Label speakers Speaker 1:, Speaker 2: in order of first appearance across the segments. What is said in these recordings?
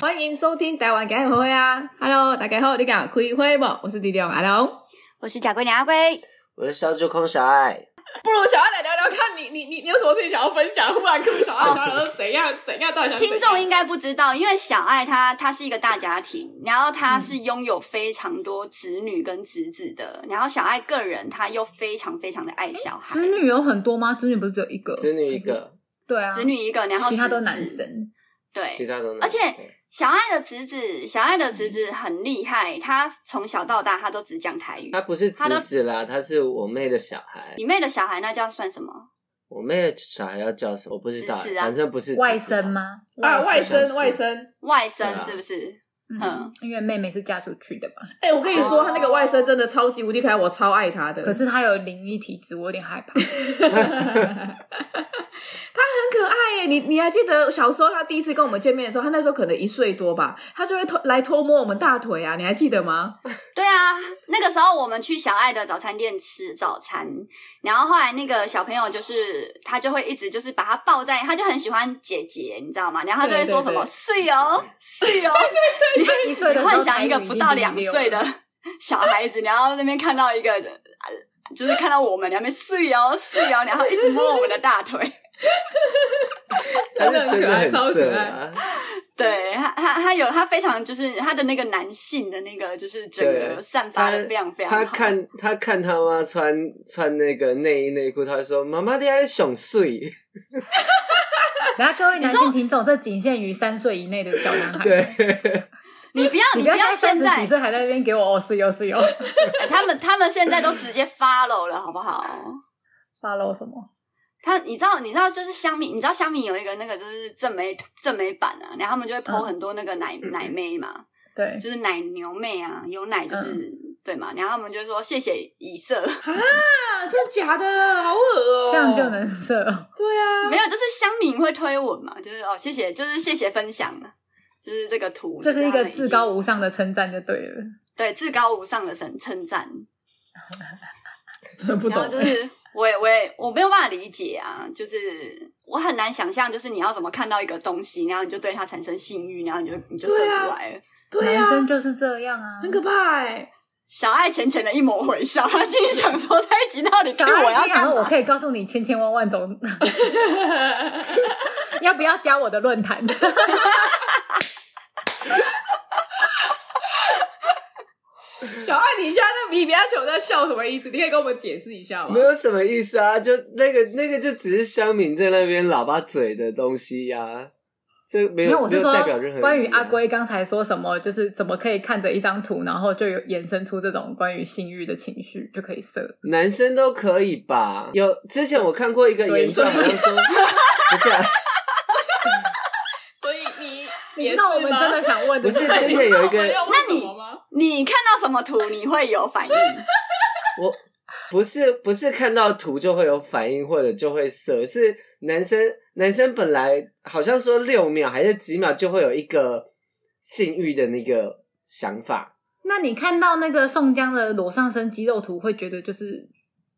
Speaker 1: 欢迎收听台湾干会啊！Hello，大家好，你敢开会不？我是弟弟阿龙，
Speaker 2: 我是假龟娘阿龟。
Speaker 3: 我是小酒空小爱，
Speaker 1: 不如小爱来聊聊看你，你你你有什么事情想要分享？忽然跟小爱聊聊怎样怎样，到底想
Speaker 2: 听众应该不知道，因为小爱她她是一个大家庭，然后她是拥有非常多子女跟侄子的，然后小爱个人她又非常非常的爱小孩，
Speaker 1: 嗯子女有很多吗？子女不是只有一个？
Speaker 3: 子女一，个，
Speaker 1: 对啊，
Speaker 2: 子女一个，然后
Speaker 1: 其他都
Speaker 2: 侄子
Speaker 1: 男，生。
Speaker 3: 其
Speaker 2: 对。
Speaker 3: 他都男
Speaker 2: 嗯而且小爱的侄子，小爱的侄子
Speaker 1: 嗯
Speaker 2: 很厉害，他从小到大他都只讲台语。
Speaker 3: 他不是
Speaker 2: 他都
Speaker 3: 侄子啦，他是我妹的小孩。
Speaker 2: 你妹的小孩那叫算什么？
Speaker 3: 我妹的小孩要叫什么？我不知道，
Speaker 2: 侄子啊
Speaker 3: 反正不是侄子
Speaker 1: 外甥？吗？
Speaker 3: 啊外甥外
Speaker 1: 甥，
Speaker 2: 外
Speaker 3: 对
Speaker 2: 甥
Speaker 3: 啊
Speaker 2: 是不是？
Speaker 1: 嗯
Speaker 2: 嗯，
Speaker 1: 因为妹妹是嫁出去的嘛，
Speaker 4: 哎、我跟你说，
Speaker 2: 哦
Speaker 4: 他那个外甥真的超级无敌可爱，我超爱他的。
Speaker 1: 可是她有灵异体质，我有点害怕。
Speaker 4: 很可爱耶！你你还记得小时候他第一次跟我们见面的时候，他那时候可能一岁多吧，他就会偷来偷摸我们大腿啊，你还记得吗？
Speaker 2: 对啊，那个时候我们去小爱的早餐店吃早餐，然后后来那个小朋友就是他就会一直就是把他抱在，他就很喜欢姐姐，你知道吗？然后他就会说什么“
Speaker 4: 对
Speaker 2: 是哦，是哦”，
Speaker 1: 一岁的
Speaker 2: 你
Speaker 1: 时候，
Speaker 2: 幻想一个不到两岁的小孩子，然后那边看到一个，呃就是看到我们，然后那边是哦，是哦，然后一直摸我们的大腿。
Speaker 3: 啊他是
Speaker 4: 真的
Speaker 3: 真的很
Speaker 4: 很可爱超
Speaker 3: 色
Speaker 4: 可
Speaker 3: 啊！
Speaker 2: 对他，他他有他非常就是他的那个男性的那个就是整个
Speaker 3: 对
Speaker 2: 散发的非常非常
Speaker 3: 他
Speaker 2: 好
Speaker 3: 看他看他妈穿穿那个内衣内裤，他说：“妈妈的还是熊睡。
Speaker 1: 然后各位男性听众，这仅限于三岁以内的小男”孩。
Speaker 3: 对，
Speaker 2: 你不要你
Speaker 1: 你不要在三
Speaker 2: 现
Speaker 1: 十
Speaker 2: 在
Speaker 1: 几岁还在那边给我哦是有是有
Speaker 2: 哎 他们他们现在都直接 follow 了，好不好？
Speaker 1: follow 什么？
Speaker 2: 他你知道你知道就是香米，你知道香米有一个那个就是正美正美版啊，然后他们就会 po
Speaker 1: 嗯
Speaker 2: 很多那个 奶、奶妹嘛，
Speaker 1: 对，
Speaker 2: 就是奶牛妹啊，有奶就是、
Speaker 1: 嗯
Speaker 2: 对嘛，然后他们就说谢谢以色，
Speaker 4: 啊，真假的，好恶哦、
Speaker 1: 这样就能射哦。
Speaker 4: 对啊，
Speaker 2: 没有就是香米会推文嘛，就是哦谢谢就是谢谢分享啊。就是这个图，
Speaker 1: 这是一
Speaker 2: 他
Speaker 1: 个
Speaker 2: 们已经
Speaker 1: 至高无上的称赞就对了。
Speaker 2: 对至高无上的称称赞，
Speaker 4: 真的不
Speaker 2: 然
Speaker 4: 懂
Speaker 2: 后。啊就是我也我也我没有办法理解啊，就是我很难想象，就是你要怎么看到一个东西，然后你就对它产生性欲，然后你就你就射
Speaker 4: 对啊
Speaker 2: 出来了。
Speaker 4: 对
Speaker 1: 男
Speaker 4: 啊，
Speaker 1: 生就是这样啊，
Speaker 4: 很可怕哎！
Speaker 2: 小爱浅浅的一抹微笑，他心里想说：“这一集到底对我要
Speaker 4: 啊
Speaker 1: 想
Speaker 2: 干
Speaker 1: 说，我
Speaker 2: 嘛
Speaker 1: 可以告诉你千千万万种，要不要加我的论坛？
Speaker 4: 小爱，你现在那比比亚球在笑什么意思？你可以跟我们解释一下吗
Speaker 3: 没？有什么意思啊，就那个那个就只是香敏在那边喇叭嘴的东西呀、这没
Speaker 1: 因为
Speaker 3: 有
Speaker 1: 我
Speaker 3: 没
Speaker 1: 是
Speaker 3: 有
Speaker 1: 说
Speaker 3: 代表任何意义啊
Speaker 1: 关于阿龟刚才说什么，就是怎么可以看着一张图，然后就有衍生出这种关于性欲的情绪，就可以射。
Speaker 3: 男生都可以吧？有之前我看过一个研究，
Speaker 1: 所以
Speaker 3: 好像说 不是、啊、
Speaker 4: 所以你也是吗
Speaker 1: 那我们真的想问，
Speaker 3: 不是
Speaker 1: 就是
Speaker 3: 之前有一
Speaker 4: 我们
Speaker 3: 个
Speaker 4: 要问什么吗？
Speaker 2: 你看到什么图你会有反应？
Speaker 3: 我不是不是看到图就会有反应或者就会射，是男生男生本来好像说六秒还是几秒就会有一个性欲的那个想法，
Speaker 1: 那你看到那个宋江的裸上身肌肉图，会觉得就是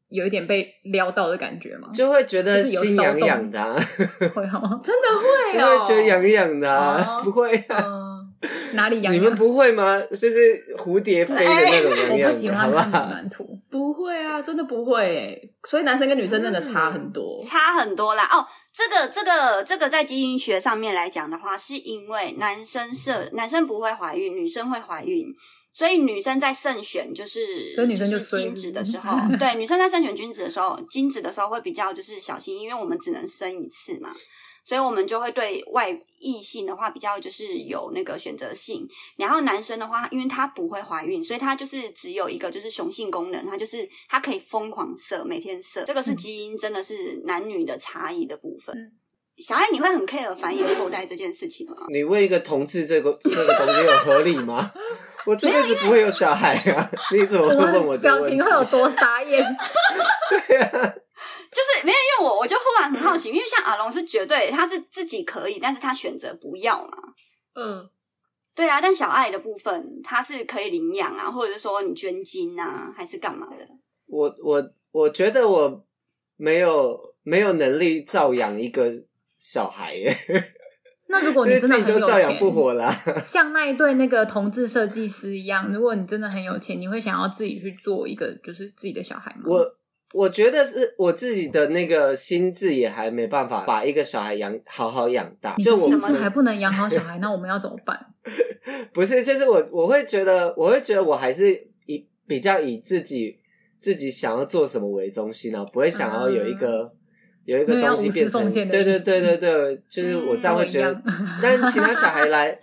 Speaker 1: 有一点被撩到的感觉吗？
Speaker 3: 就会觉得
Speaker 1: 哦就是有
Speaker 3: 心
Speaker 1: 骚
Speaker 3: 痒
Speaker 1: 动
Speaker 3: 痒的、啊，
Speaker 1: 会哦，
Speaker 4: 真的会
Speaker 3: 就
Speaker 4: 哦，
Speaker 3: 会觉得痒痒的、啊
Speaker 1: 哦，
Speaker 3: 不会啊。
Speaker 1: 嗯， 哪里痒
Speaker 3: 你
Speaker 1: 痒？
Speaker 3: 们不会吗？就是蝴蝶飞的那种痒痒的，
Speaker 1: 哎我不喜
Speaker 3: 好
Speaker 1: 欢
Speaker 3: 不
Speaker 1: 看
Speaker 3: 好？
Speaker 1: 男图，
Speaker 4: 不会啊，真的不会诶。所以男生跟女生真的差很多。
Speaker 2: 差很多啦。哦，这个这个这个在基因学上面来讲的话，是因为男生射男生不会怀孕，女生会怀孕。所以女生在慎选就是，
Speaker 1: 所以女生就是衰嗯
Speaker 2: 精子的时候， 对女生在慎选精子的时候，精子的时候会比较就是小心，因为我们只能生一次嘛，所以我们就会对外异性的话比较就是有那个选择性。然后男生的话，因为他不会怀孕，所以他就是只有一个就是雄性功能，他就是他可以疯狂射，每天射。这个是基因真的是男女的差异的部
Speaker 1: 嗯
Speaker 2: 分。小爱，你会很 care 繁衍后代这件事情吗？
Speaker 3: 你问一个同志这个这个东西有合理吗？我这辈子不会有小孩啊！你怎么会问我这个
Speaker 1: 表
Speaker 3: 问题
Speaker 1: 情？会有多傻眼？
Speaker 2: 就是没有，因为我我就忽然很好奇，因为像阿龙是绝对他是自己可以，但是他选择不要嘛。
Speaker 4: 嗯，
Speaker 2: 对啊，但小爱的部分他是可以领养啊，或者是说你捐精啊，还是干嘛的？
Speaker 3: 我我我觉得我没有没有能力照养一个小孩耶，
Speaker 1: 那如 果
Speaker 3: 就
Speaker 1: 你
Speaker 3: 是
Speaker 1: 真
Speaker 3: 自
Speaker 1: 的
Speaker 3: 己都
Speaker 1: 很有
Speaker 3: 照养
Speaker 1: 钱，
Speaker 3: 不活啦。
Speaker 1: 像那一对那个同志设计师一样，如果你真的很有钱，你会想要自己去做一个就是自己的小孩吗？
Speaker 3: 我我觉得是我自己的那个心智也还没办法把一个小孩养好好养大，
Speaker 1: 你
Speaker 3: 就
Speaker 1: 的
Speaker 3: 我
Speaker 1: 心
Speaker 3: 们
Speaker 1: 智还不能养好小孩，那我们要怎么 办？
Speaker 3: 不是，就是我我会觉得，我会觉得我还是以比较以自己自己想要做什么为中心啊呢，不会想要有一个、有一个
Speaker 1: 啊没有要
Speaker 3: 东西
Speaker 1: 无私
Speaker 3: 变成
Speaker 1: 奉献的
Speaker 3: 对对
Speaker 1: 意思
Speaker 3: 对对对，就是我这样会觉得，
Speaker 1: 嗯跟我一样
Speaker 3: 但其他小孩 来，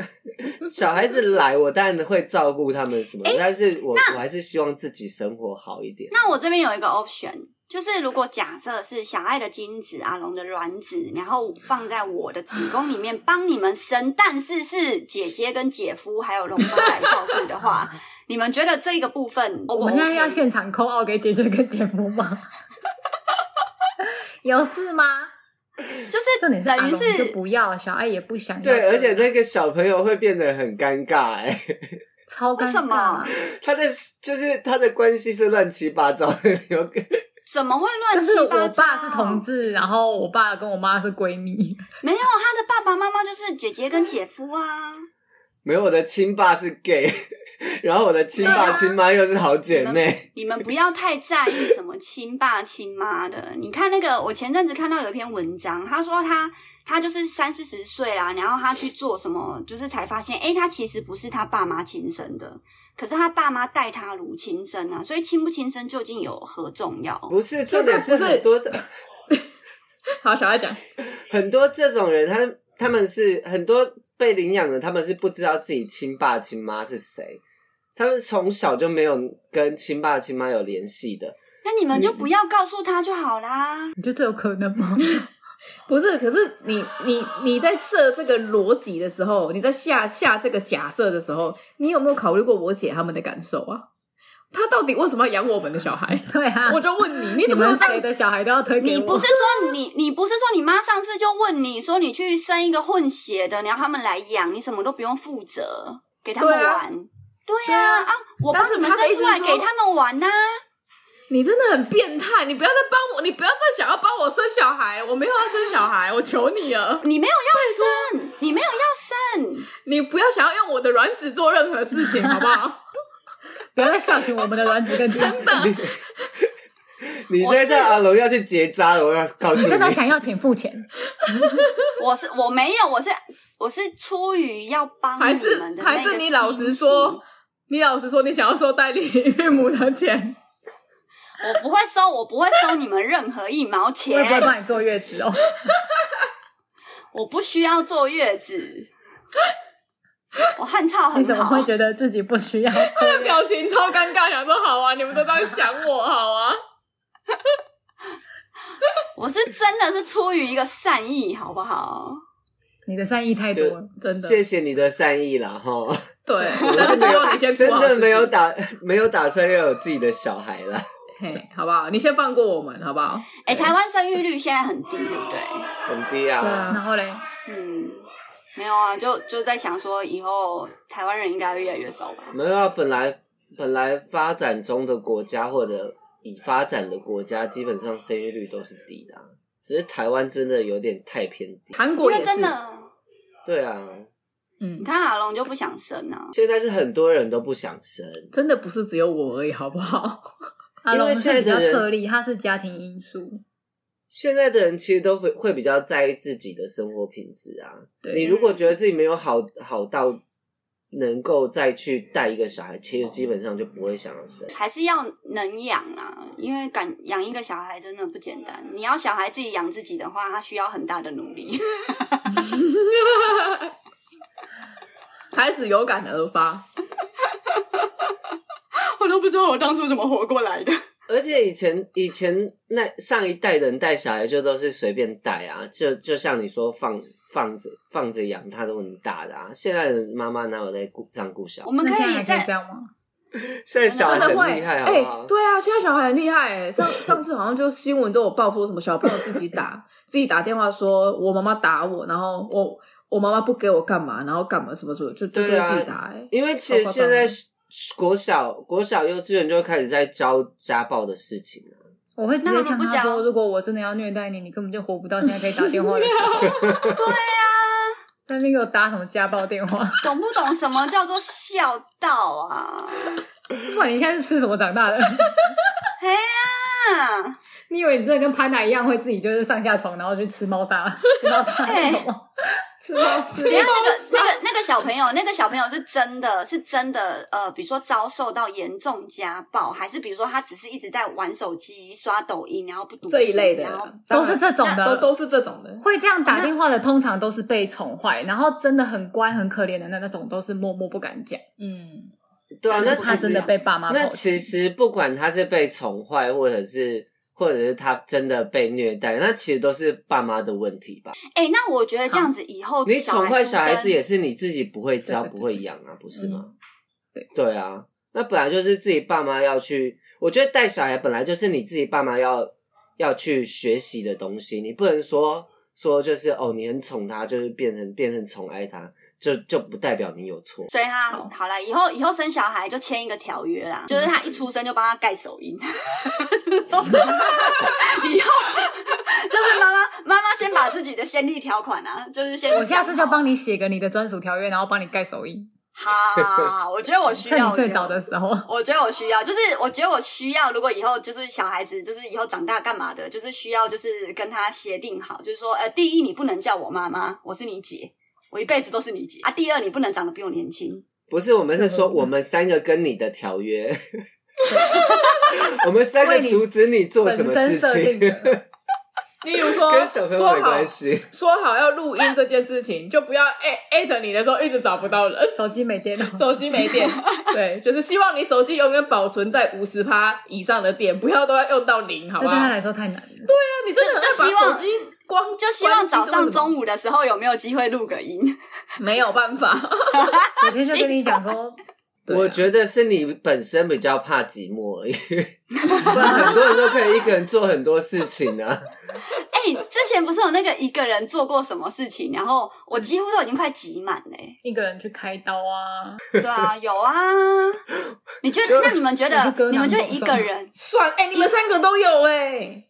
Speaker 3: 小孩子来，我当然会照顾他们什么，但是我我还是希望自己生活好一点。
Speaker 2: 那我这边有一个 option，就是如果假设是小爱的精子、阿龙的卵子，然后放在我的子宫里面帮你们生，但是是姐姐跟姐夫还有龙妈来照顾的 话，你们觉得这个部分 O
Speaker 1: 我
Speaker 2: 不 OK？
Speaker 1: 们现在要现场扣奥给姐姐跟姐夫吗？ 有事吗？
Speaker 2: 就是
Speaker 1: 重点是阿
Speaker 2: 等于
Speaker 1: 龙
Speaker 2: 是
Speaker 1: 就不要，小爱也不想要。
Speaker 3: 对，而且那个小朋友会变得很尴尬、哎，
Speaker 1: 超尴
Speaker 2: 为
Speaker 1: 尬。
Speaker 2: 什么？
Speaker 3: 他的就是他的关系是乱七八糟的，有
Speaker 2: 怎么会
Speaker 1: 就
Speaker 2: 乱七
Speaker 1: 是
Speaker 2: 八糟？
Speaker 1: 我爸是同志，然后我爸跟我妈是闺蜜，
Speaker 2: 没有他的爸爸妈妈就是姐姐跟姐夫啊，
Speaker 3: 没有，我的亲爸是 gay，然 后我的亲爸
Speaker 1: 对啊
Speaker 3: 亲妈又是好姐妹，
Speaker 2: 你们不要太在意什么亲爸亲妈的。你看那个，我前阵子看到有一篇文章，他说他他就是三四十岁啦，然后他去做什么，就是才发现，诶，他其实不是他爸妈亲生的，可是他爸妈待他如亲生啊，所以亲不亲生究竟有何重要？
Speaker 3: 不是重点是
Speaker 4: 不是
Speaker 3: 很多
Speaker 4: 好，小爱讲，
Speaker 3: 很多这种人，他他们是很多被领养的，他们是不知道自己亲爸亲妈是谁，他们从小就没有跟亲爸亲妈有联系的，
Speaker 2: 那你们就不要告诉他就好啦。
Speaker 1: 你觉得这有可能吗？
Speaker 4: 不是，可是你你你在设这个逻辑的时候，你在下下这个假设的时候，你有没有考虑过我姐他们的感受啊？她到底为什么要养我们的小孩？
Speaker 1: 对啊，
Speaker 4: 我就问你，你
Speaker 1: 你
Speaker 4: 怎么会
Speaker 1: 们
Speaker 4: 这
Speaker 1: 谁
Speaker 4: 样？
Speaker 1: 的小孩都要推给
Speaker 2: 你
Speaker 1: 我？
Speaker 2: 不是说你你不是说你妈上次就问你说你去生一个混血的，你要他们来养，你什么都不用负责，给他们
Speaker 4: 对啊
Speaker 2: 玩。对呀啊我帮
Speaker 4: 但是
Speaker 2: 你们
Speaker 4: 他的意
Speaker 2: 生
Speaker 4: 思
Speaker 2: 出来
Speaker 4: 是
Speaker 2: 给
Speaker 4: 说
Speaker 2: 他们玩呐、
Speaker 4: 你真的很变态！你不要再帮我，你不要再想要帮我生小孩，我没有要生小孩，我求你了！
Speaker 2: 你没有要生，你没有要生，
Speaker 4: 你不要想要用我的卵子做任何事情，好不 好？
Speaker 1: 不要再孝敬我们的卵子跟精子。
Speaker 3: 你在这阿龙要去结扎了，我要告诉
Speaker 1: 你
Speaker 3: 你，
Speaker 1: 真的想要钱付钱，
Speaker 2: 我是我没有，我是我是出于要帮
Speaker 4: 还
Speaker 2: 你
Speaker 4: 是
Speaker 2: 们的那个
Speaker 4: 还是你老实
Speaker 2: 心情
Speaker 4: 说，你老实说，你想要收代理孕母的钱？
Speaker 2: 我不会收，我不会收你们任何 一毛
Speaker 1: 我也不会
Speaker 2: 钱，
Speaker 1: 帮你坐月子 哦。
Speaker 2: 我不需要坐月子，我汉操很好。
Speaker 1: 你怎么会觉得自己不需要坐月子？
Speaker 4: 他的表情超尴尬，想说好啊，你们都在想我，好 啊。
Speaker 2: 我是真的是出于一个善意，好不好？
Speaker 1: 你的善意太多
Speaker 3: 就
Speaker 1: 了，真的。
Speaker 3: 谢谢你的善意啦哈，
Speaker 4: 对，但是希望你先啊
Speaker 3: 真
Speaker 4: 顾好自
Speaker 3: 的
Speaker 4: 己
Speaker 3: 没有打没有打算要有自己的小孩啦。
Speaker 4: 嘿，好不好？你先放过我们，好不好？
Speaker 2: 哎、台湾生育率现在很低，对不对？
Speaker 3: 很低啊，
Speaker 4: 对啊
Speaker 1: 然后嘞，
Speaker 2: 嗯，没有啊，就就在想说，以后台湾人应该会越来越少吧？
Speaker 3: 没有啊，本来本来发展中的国家或者已发展的国家，基本上生育率都是低的啊、只是台湾真的有点太偏低。
Speaker 4: 韩
Speaker 2: 因
Speaker 4: 国
Speaker 2: 为
Speaker 4: 也
Speaker 2: 真
Speaker 4: 是，
Speaker 2: 的，
Speaker 3: 对啊，
Speaker 4: 嗯
Speaker 2: 你，看阿龙就不想生啊，
Speaker 3: 现在是很多人都不想生，
Speaker 4: 真的不是只有我而已，好不好？
Speaker 1: 阿
Speaker 3: 因为
Speaker 1: 龙
Speaker 3: 现在
Speaker 1: 是比较
Speaker 3: 的人
Speaker 1: 特例，他是家庭因素。
Speaker 3: 现在的人其实都会会比较在意自己的生活品质啊。你
Speaker 1: 对，
Speaker 3: 如果觉得自己没有好好到能够再去带一个小孩，其实基本上就不会想要生。
Speaker 2: 还是要能养啊，因为敢养一个小孩真的不简单。你要小孩自己养自己的话，他需要很大的努力。
Speaker 4: 开始有感而发，
Speaker 2: 我都不知道我当初怎么活过来的。
Speaker 3: 而且以前以前那上一代人带小孩就都是随便带啊，就就像你说放放着放着养，他都很大的啊。现在的妈妈哪有在顾照顾小
Speaker 2: 我
Speaker 3: 孩？
Speaker 2: 们
Speaker 1: 那
Speaker 2: 可
Speaker 1: 现在还
Speaker 2: 以
Speaker 1: 可以
Speaker 2: 在
Speaker 1: 这样吗？
Speaker 3: 现在小孩
Speaker 4: 真的
Speaker 3: 很
Speaker 4: 会，
Speaker 3: 厉害，好不
Speaker 1: 哎
Speaker 3: 好？
Speaker 4: 对啊，现在小孩很厉害、欸。上上次好像就新闻都有报说什么小朋友自己打自己打电话说，我妈妈打我，然后我我妈妈不给我干嘛，然后干嘛什么什么，就就就
Speaker 3: 对啊
Speaker 4: 自己打、欸。
Speaker 3: 因为其实
Speaker 4: 好夸张
Speaker 3: 现在是国小国小幼稚园就开始在教家暴的事情啊了。
Speaker 1: 我会直接
Speaker 2: 那
Speaker 1: 呛
Speaker 2: 我不
Speaker 1: 他
Speaker 2: 讲
Speaker 1: 说：“如果我真的要虐待你，你根本就活不到现在可以打电话的时候。
Speaker 2: 对啊，
Speaker 1: 那边给我打什么家暴电话？
Speaker 2: 懂不懂什么叫做孝道啊？
Speaker 1: 不管你现在是吃什么长大的，
Speaker 2: 啊，
Speaker 1: 你以为你真的跟潘娜一样会自己就是上下床，然后去吃猫砂、吃猫砂
Speaker 2: 哎
Speaker 1: 那种吗？吃 猫吃
Speaker 2: 等一下那个那个那个小朋友，那个小朋友是真的是真的呃，比如说遭受到严重家暴，还是比如说他只是一直在玩手机、刷抖音，然后不读
Speaker 4: 这一
Speaker 2: 书
Speaker 4: 类的
Speaker 2: 然后
Speaker 1: 都是这种的，
Speaker 4: 都都是这种的。
Speaker 1: 会这样打电话的，通常都是被宠坏，然后真的很乖、很可怜的那那种，都是默默不敢讲。
Speaker 4: 嗯，
Speaker 3: 对啊，那
Speaker 1: 他
Speaker 3: 其
Speaker 1: 真
Speaker 3: 实
Speaker 1: 的被爸妈
Speaker 3: 那
Speaker 1: 抛弃
Speaker 3: 其实不管他是被宠坏，或者是或者是他真的被虐待，那其实都是爸妈的问题吧？
Speaker 2: 哎、那我觉得这样子以
Speaker 1: 哦
Speaker 2: 后
Speaker 3: 你宠坏
Speaker 2: 出
Speaker 3: 小孩
Speaker 2: 生
Speaker 3: 子也是你自己不会教、
Speaker 1: 对对对嗯
Speaker 3: 不会养啊，不是吗？
Speaker 1: 对
Speaker 3: 对啊，那本来就是自己爸妈要去，我觉得带小孩本来就是你自己爸妈要要去学习的东西，你不能说说就是哦，你很宠他，就是变成变成宠爱他，就就不代表你有错。
Speaker 2: 所以他好了，以后以后生小孩就签一个条约
Speaker 1: 嗯
Speaker 2: 啦，就是他一出生就帮他盖手印， 就是都以后就是妈妈妈妈先把自己的先例条款啊，就是先
Speaker 1: 我下次就
Speaker 2: 讲好
Speaker 1: 帮你写个你的专属条约，然后帮你盖手印，
Speaker 2: 好好好，好我觉得我需
Speaker 1: 趁
Speaker 2: 要
Speaker 1: 你
Speaker 2: 我
Speaker 1: 最
Speaker 2: 觉得
Speaker 1: 早的时候。
Speaker 2: 我觉得我需要，就是我觉得我需要，如果以后就是小孩子，就是以后长大干嘛的，就是需要，就是跟他协定好，就是说，呃，第一，你不能叫我妈妈，我是你姐，我一辈子都是你姐啊。第二，你不能长得比我年轻，
Speaker 3: 不是，我们是说我们三个跟你的条 约，我们三个阻止你做
Speaker 1: 本
Speaker 3: 什么
Speaker 1: 身
Speaker 3: 事
Speaker 1: 设
Speaker 3: 情，
Speaker 1: 定的，
Speaker 4: 例如说，
Speaker 3: 跟小朋友没
Speaker 4: 说好
Speaker 3: 关系。
Speaker 4: 说好要录音这件事情，就不要艾艾特你的时候一直找不到人，
Speaker 1: 手机没电了，
Speaker 4: 手机没电。对，就是希望你手机永远保存在五十趴以上的电，不要都要用到零，好
Speaker 1: 这
Speaker 4: 不
Speaker 1: 对
Speaker 4: 好？
Speaker 1: 他
Speaker 4: 那
Speaker 1: 来说太难了。
Speaker 4: 你真的
Speaker 2: 就就
Speaker 4: 很
Speaker 2: 希
Speaker 4: 爱把
Speaker 2: 望
Speaker 4: 手机光
Speaker 2: 就希望早上、
Speaker 4: 午
Speaker 2: 中午的时候有没有机会录个音。
Speaker 4: 没有办法。
Speaker 1: 我今天就跟你讲说，
Speaker 4: 对啊
Speaker 3: 我觉得是你本身比较怕寂寞而已， 不然很多人都可以一个人做很多事 情啊。
Speaker 2: 哎、之前不是有那个一个人做过什么事情，然后我几乎都已经快挤满嘞、
Speaker 1: 一个人去开刀啊，
Speaker 2: 对啊，有 啊。你觉得？那你们觉
Speaker 1: 我是
Speaker 2: 得
Speaker 1: 割？
Speaker 2: 你们觉得
Speaker 1: 囊肿
Speaker 2: 一个人？
Speaker 4: 算哎、你们三个都有哎、